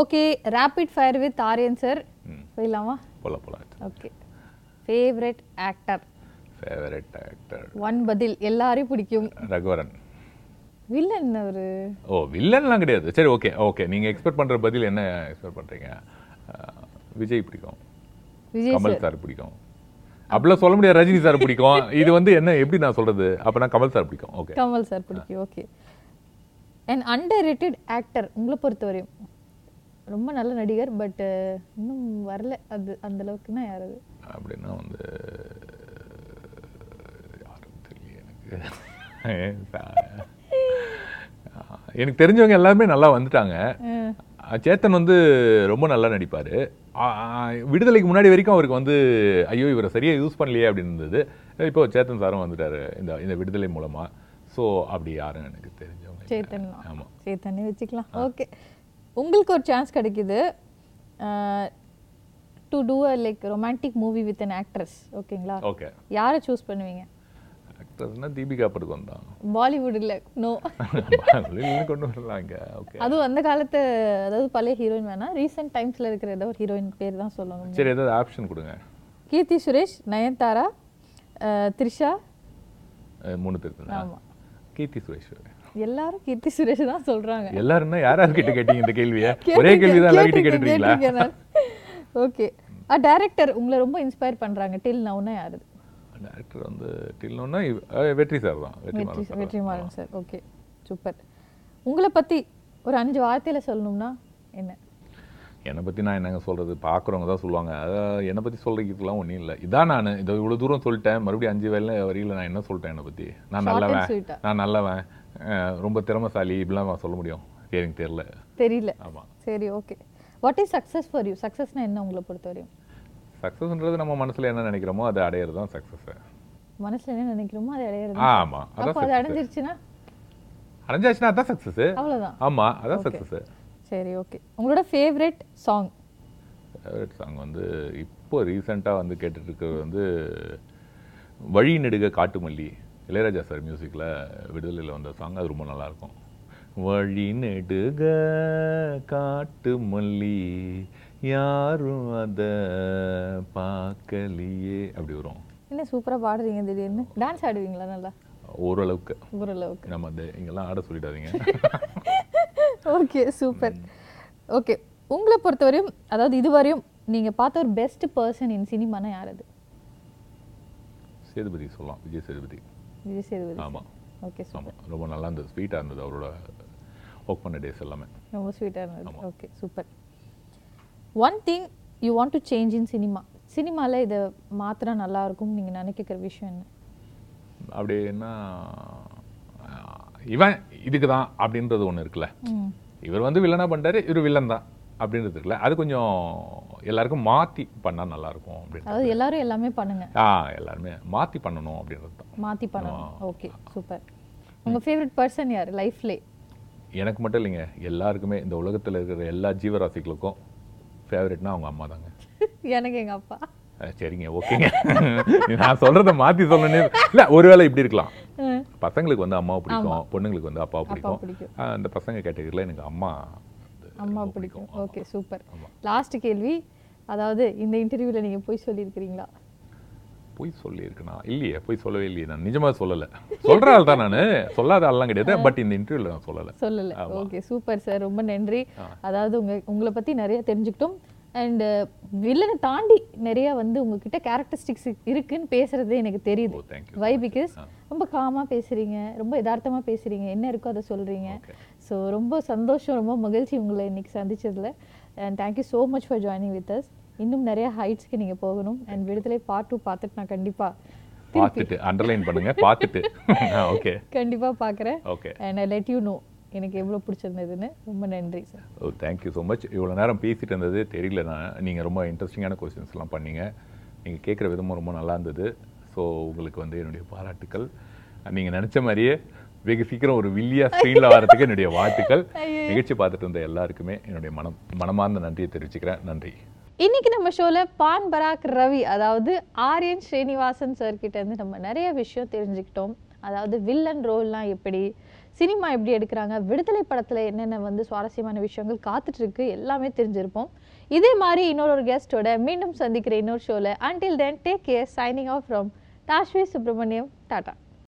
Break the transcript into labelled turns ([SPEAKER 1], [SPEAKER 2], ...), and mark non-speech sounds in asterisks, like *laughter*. [SPEAKER 1] Okay rapid fire with Aryan sir
[SPEAKER 2] Hmm.
[SPEAKER 1] போயிடலாமா
[SPEAKER 2] போல போல
[SPEAKER 1] okay favourite actor
[SPEAKER 2] favourite actor
[SPEAKER 1] one பதில் எல்லாரையும் பிடிக்கும்
[SPEAKER 2] ரகுவரன்
[SPEAKER 1] வில்லன் ஒரு
[SPEAKER 2] ஓ வில்லன்லாம் கிடையாது சரி ஓகே ஓகே நீங்கள் எக்ஸ்பெக்ட் பண்ணுற பதில் என்ன எக்ஸ்பெக்ட் பண்ணுறீங்க விஜய் பிடிக்கும்
[SPEAKER 1] விஜய் சார்
[SPEAKER 2] கமல் சார் பிடிக்கும் அப்படிலாம் சொல்ல முடியாது ரஜினி சார் பிடிக்கும் இது வந்து என்ன எப்படி நான் சொல்றது அப்பனா கமல் சார் பிடிக்கும் ஓகே
[SPEAKER 1] கமல் சார் பிடிக்கும் okay and underrated actor உங்களை பொறுத்தவரையும் ரொம்ப நல்ல நடிகர் பட் இன்னும் வரல அது அந்த அளவுக்குன்னா யார் அது
[SPEAKER 2] அப்படின்னா வந்து யாரும் தெரியல எனக்கு *laughs* எனக்கு தெரிஞ்சவங்க எல்லாருமே நல்லா வந்துட்டாங்க
[SPEAKER 1] அஹ்,
[SPEAKER 2] அஹ் சேத்தன் வந்து ரொம்ப நல்லா நடிப்பார் விடுதலைக்கு முன்னாடி வரைக்கும் அவருக்கு வந்து ஐயோ இவரை சரியாக யூஸ் பண்ணலையே அப்படின்னு இருந்தது இப்போ சேத்தன் சாரும் வந்துட்டாரு இந்த இந்த விடுதலை மூலமாக ஸோ அப்படி யாரும் எனக்கு தெரிஞ்சவங்க இல்லை.
[SPEAKER 1] சேத்தன் தான்.
[SPEAKER 2] ஆமா.
[SPEAKER 1] சேத்தனே வச்சுக்கலாம் ஓகே உங்களுக்கு ஒரு சான்ஸ் கிடைக்குது Uh, to do a like romantic movie with an actress ஓகேங்களா
[SPEAKER 2] ஓகே
[SPEAKER 1] யாரை சூஸ் பண்ணுவீங்க
[SPEAKER 2] ஆக்டர்ஸ்னால் தீபிகா படுகோன் தான் *laughs*
[SPEAKER 1] பாலிவுட்ல நோ
[SPEAKER 2] பாலிவுட்ல கொண்டு வரலாங்க ஓகே
[SPEAKER 1] அதுவும் அந்த காலத்து அதாவது பழைய ஹீரோயின் வேணாம் ரீசெண்ட் டைம்ஸ்ல இருக்கிற ஏதோ ஒரு ஹீரோயின் பேர் தான் சொல்லணும்
[SPEAKER 2] சரி ஏதாவது ஆப்ஷன் கொடுங்க
[SPEAKER 1] கீர்த்தி சுரேஷ் நயன்தாரா அஹ், த்ரிஷா
[SPEAKER 2] அஹ் மூணு பேர் தானா?
[SPEAKER 1] ஆமா
[SPEAKER 2] கீர்த்தி சுரேஷ்
[SPEAKER 1] எல்லாரும் கீர்த்தி சுரேஷ் தான் சொல்றாங்க
[SPEAKER 2] எல்லாருன்னா யார் யார்கிட்ட கேட்டீங்க இந்த
[SPEAKER 1] *laughs*
[SPEAKER 2] கேள்வியை ஒரே கேள்வி தான் எல்லார்கிட்ட கேட்டுருக்கீங்களா
[SPEAKER 1] ஓகே அ டைரக்டர் உங்களை ரொம்ப இன்ஸ்பயர் பண்றாங்க டில் நவுனா யாரு
[SPEAKER 2] டேரக்டர் வந்து டில்னோன்னா வெற்றி சார் தான் வெற்றி
[SPEAKER 1] வெற்றி
[SPEAKER 2] மாறன் சார் தான்.
[SPEAKER 1] வெற்றிமாறன் சார் ஓகே சூப்பர் உங்களை பத்தி ஒரு அஞ்சு வார்த்தையில சொல்லணும்னா என்ன
[SPEAKER 2] என்னை பற்றி நான் என்னங்க சொல்கிறது பார்க்குறவங்க தான் சொல்லுவாங்க அதாவது என்னை பற்றி சொல்கிறதுக்குலாம் ஒன்றும் இல்லை இதான் நான் இதை இவ்வளோ தூரம் சொல்லிட்டேன் மறுபடியும் அஞ்சு வேலை வரியில் நான் என்ன சொல்லிட்டேன் என்னை பற்றி நான்
[SPEAKER 1] Short and
[SPEAKER 2] நல்லவன்
[SPEAKER 1] sweet-ஆ.
[SPEAKER 2] நான் நல்லவன் அஹ் ரொம்ப திறமைசாலி இப்படிலாம் நான் சொல்ல முடியும் எனக்கு தெரில
[SPEAKER 1] தெரியல
[SPEAKER 2] ஆமாம்
[SPEAKER 1] சரி okay what is success for you சக்ஸஸ்னா என்ன உங்களை பொறுத்த வரையும்
[SPEAKER 2] சக்ஸஸ்ன்றது நம்ம மனசில் என்ன நினைக்கிறோமோ அதை அடையிறது தான் சக்ஸஸ்
[SPEAKER 1] மனசுல என்ன நினைக்கிறோமோ அதை அடையிறது
[SPEAKER 2] ஆமாம் அதான்
[SPEAKER 1] அப்போ அது
[SPEAKER 2] சக்ஸஸ்
[SPEAKER 1] அடைஞ்சிருச்சுன்னா
[SPEAKER 2] அடைஞ்சாச்சுன்னா அதான் சக்ஸஸ்
[SPEAKER 1] அவ்வளவுதான்
[SPEAKER 2] ஆமாம் அதான்
[SPEAKER 1] Okay.
[SPEAKER 2] சக்ஸஸ்
[SPEAKER 1] சரி ஓகே உங்களோட ஃபேவரட் சாங்
[SPEAKER 2] ஃபேவரட் சாங் வந்து இப்போ ரீசெண்டாக வந்து கேட்டுட்டு இருக்கிறது வந்து வழி நெடுக காட்டுமல்லி இளையராஜா சார் மியூசிக்கில் விடுதலையில் வந்த சாங் அது ரொம்ப நல்லா இருக்கும் வழி நெடுக காட்டுமல்லி யாரும் அதை பார்க்கலையே அப்படி வரும்
[SPEAKER 1] என்ன சூப்பரா பாடுறீங்க திடீர்னு டான்ஸ் ஆடுவீங்களா நல்லா
[SPEAKER 2] ஓரளவுக்கு
[SPEAKER 1] ஓரளவுக்கு
[SPEAKER 2] நம்ம அந்த இங்கெல்லாம் ஆட சொல்லிடாதீங்க
[SPEAKER 1] ஓகே சூப்பர் ஓகே உங்களை பொறுத்தவரையும் அதாவது இதுவரையும் நீங்க பார்த்த ஒரு பெஸ்ட் பர்சன் இன் சினிமானா யார் அது
[SPEAKER 2] சேதுபதி சொல்லலாம் விஜய் சேதுபதி
[SPEAKER 1] விஜய் சேதுபதி
[SPEAKER 2] ஆமாம்
[SPEAKER 1] ஓகே
[SPEAKER 2] ஆமாம் ரொம்ப நல்லா இருந்தது ஸ்வீட்டாக இருந்தது அவரோட ஒர்க் பண்ண டேஸ் எல்லாமே
[SPEAKER 1] ரொம்ப ஸ்வீட்டாக இருந்தது okay super one thing you want to change in cinema சினிமாவில் இதை மாத்திரா நல்லா இருக்கும் நீங்க நினைக்கிற விஷயம் என்ன
[SPEAKER 2] அப்படின்னா ஆஹ், இவன் இதுக்கு தான் அப்படின்றது ஒன்று இருக்குல்ல
[SPEAKER 1] ம்
[SPEAKER 2] இவர் வந்து வில்லனா பண்ணிட்டாரு இவர் வில்லன் தான் அப்படின்றது இருக்குல்ல அது கொஞ்சம் எல்லாருக்கும் மாற்றி பண்ணால் நல்லாயிருக்கும் அப்படின்னு
[SPEAKER 1] அதாவது எல்லாரும் எல்லாமே பண்ணுங்க
[SPEAKER 2] ஆ எல்லாருமே மாற்றி பண்ணணும் அப்படின்றது தான்
[SPEAKER 1] மாத்தி பண்ணணும் ஓகே சூப்பர் உங்க ஃபேவரட் பர்சன் யார் லைஃப்லே
[SPEAKER 2] எனக்கு மட்டும் இல்லைங்க எல்லாருக்குமே இந்த உலகத்தில் இருக்கிற எல்லா ஜீவராசிகளுக்கும் ஃபேவரெட்னா அவங்க அம்மா தாங்க
[SPEAKER 1] *laughs* எனக்கு எங்க அப்பா
[SPEAKER 2] அஹ், சரிங்க ஓகேங்க நான் சொல்கிறத மாற்றி சொல்லணும் இல்லை ஒருவேளை இப்படி இருக்கலாம்
[SPEAKER 1] ம்,
[SPEAKER 2] பசங்களுக்கு வந்து அம்மாவை பிடிக்கும் பொண்ணுங்களுக்கு வந்து அப்பாவை
[SPEAKER 1] அப்பா
[SPEAKER 2] பிடிக்கும்
[SPEAKER 1] பிடிக்கும்
[SPEAKER 2] ஆஹ், அந்த பசங்க கேட்டகரியில் எனக்கு அம்மா வந்து
[SPEAKER 1] அம்மா
[SPEAKER 2] ரொம்ப
[SPEAKER 1] பிடிக்கும்
[SPEAKER 2] ஆமா.
[SPEAKER 1] ஓகே சூப்பர்
[SPEAKER 2] ஆமா.
[SPEAKER 1] லாஸ்ட் கேள்வி அதாவது இந்த இன்டர்வியூல நீங்க போய் சொல்லியிருக்கிறீங்களா
[SPEAKER 2] பொய் சொல்லியிருக்கேனா இல்லையே பொய் சொல்லவே இல்லையே நான் நிஜமா சொல்லல சொல்ற ஆள் தான் நான் சொல்லாத ஆள்லாம் கிடையாது பட் இந்த இன்டர்வியூல நான் சொல்லல
[SPEAKER 1] சொல்லல ஓகே சூப்பர் சார் ரொம்ப நன்றி
[SPEAKER 2] ஆ.
[SPEAKER 1] அதாவது உங்க உங்களை பத்தி நிறைய தெரிஞ்சுக்கிட்டோம் அண்ட் வில்லனை தாண்டி நிறைய வந்து உங்ககிட்ட கேரக்டரிஸ்டிக்ஸ் இருக்குன்னு பேசுறது எனக்கு
[SPEAKER 2] ஓ
[SPEAKER 1] தெரியுது
[SPEAKER 2] தேங்க்யூ
[SPEAKER 1] வை பிகாஸ் ரொம்ப காமா பேசுறீங்க ரொம்ப யதார்த்தமா பேசுறீங்க என்ன இருக்கோ அதை சொல்றீங்க
[SPEAKER 2] Okay.
[SPEAKER 1] ஸோ ரொம்ப சந்தோஷம் ரொம்ப மகிழ்ச்சி உங்களை இன்னைக்கு சந்திச்சதுல and thank you so much for joining with us இன்னும் நிறைய ஹைட்ஸ்க்கு நீங்க போகணும் அண்ட் விடுதலை பார்ட் டூ பார்த்துட்டு நான் கண்டிப்பா திருப்பி
[SPEAKER 2] பார்த்துட்டு அண்டர்லைன் பண்ணுங்க பார்த்துட்டு *laughs* ஓகே
[SPEAKER 1] கண்டிப்பா பார்க்குறேன்
[SPEAKER 2] okay
[SPEAKER 1] and I let you know எனக்கு எவ்வளோ பிடிச்சிருந்ததுன்னு ரொம்ப நன்றி sir
[SPEAKER 2] oh thank you so much இவ்வளோ நேரம் பேசிட்டு இருந்தது தெரியல நான் நீங்கள் ரொம்ப இன்ட்ரெஸ்டிங்கான கொஸ்டின்ஸ்லாம் பண்ணீங்க நீங்கள் கேட்குற விதமும் ரொம்ப நல்லா இருந்தது ஸோ உங்களுக்கு வந்து என்னுடைய பாராட்டுக்கள் நீங்கள் நினச்ச மாதிரியே வெகு சீக்கிரம் ஒரு வில்லியா ஸ்க்ரீனில் வரதுக்கு என்னுடைய வாழ்த்துக்கள் நிகழ்ச்சி பார்த்துட்டு இருந்த எல்லாருக்குமே என்னுடைய மனம் மனமார்ந்த நன்றியை தெரிவிச்சுக்கிறேன் நன்றி
[SPEAKER 1] இன்னைக்கு நம்ம ஷோவில் பான் பராக் ரவி அதாவது ஆரியன் ஸ்ரீனிவாசன் சார் கிட்ட இருந்து நம்ம நிறைய விஷயம் தெரிஞ்சுக்கிட்டோம் அதாவது வில்லன் ரோல்லாம் எப்படி சினிமா எப்படி எடுக்கிறாங்க விடுதலை படத்தில் என்னென்ன வந்து சுவாரஸ்யமான விஷயங்கள் காத்துட்டு இருக்கு எல்லாமே தெரிஞ்சிருப்போம் இதே மாதிரி இன்னொரு ஒரு கெஸ்ட்டோட மீண்டும் சந்திக்கிற இன்னொரு ஷோவில் until then take care signing off from Tashvi Subramaniam Tata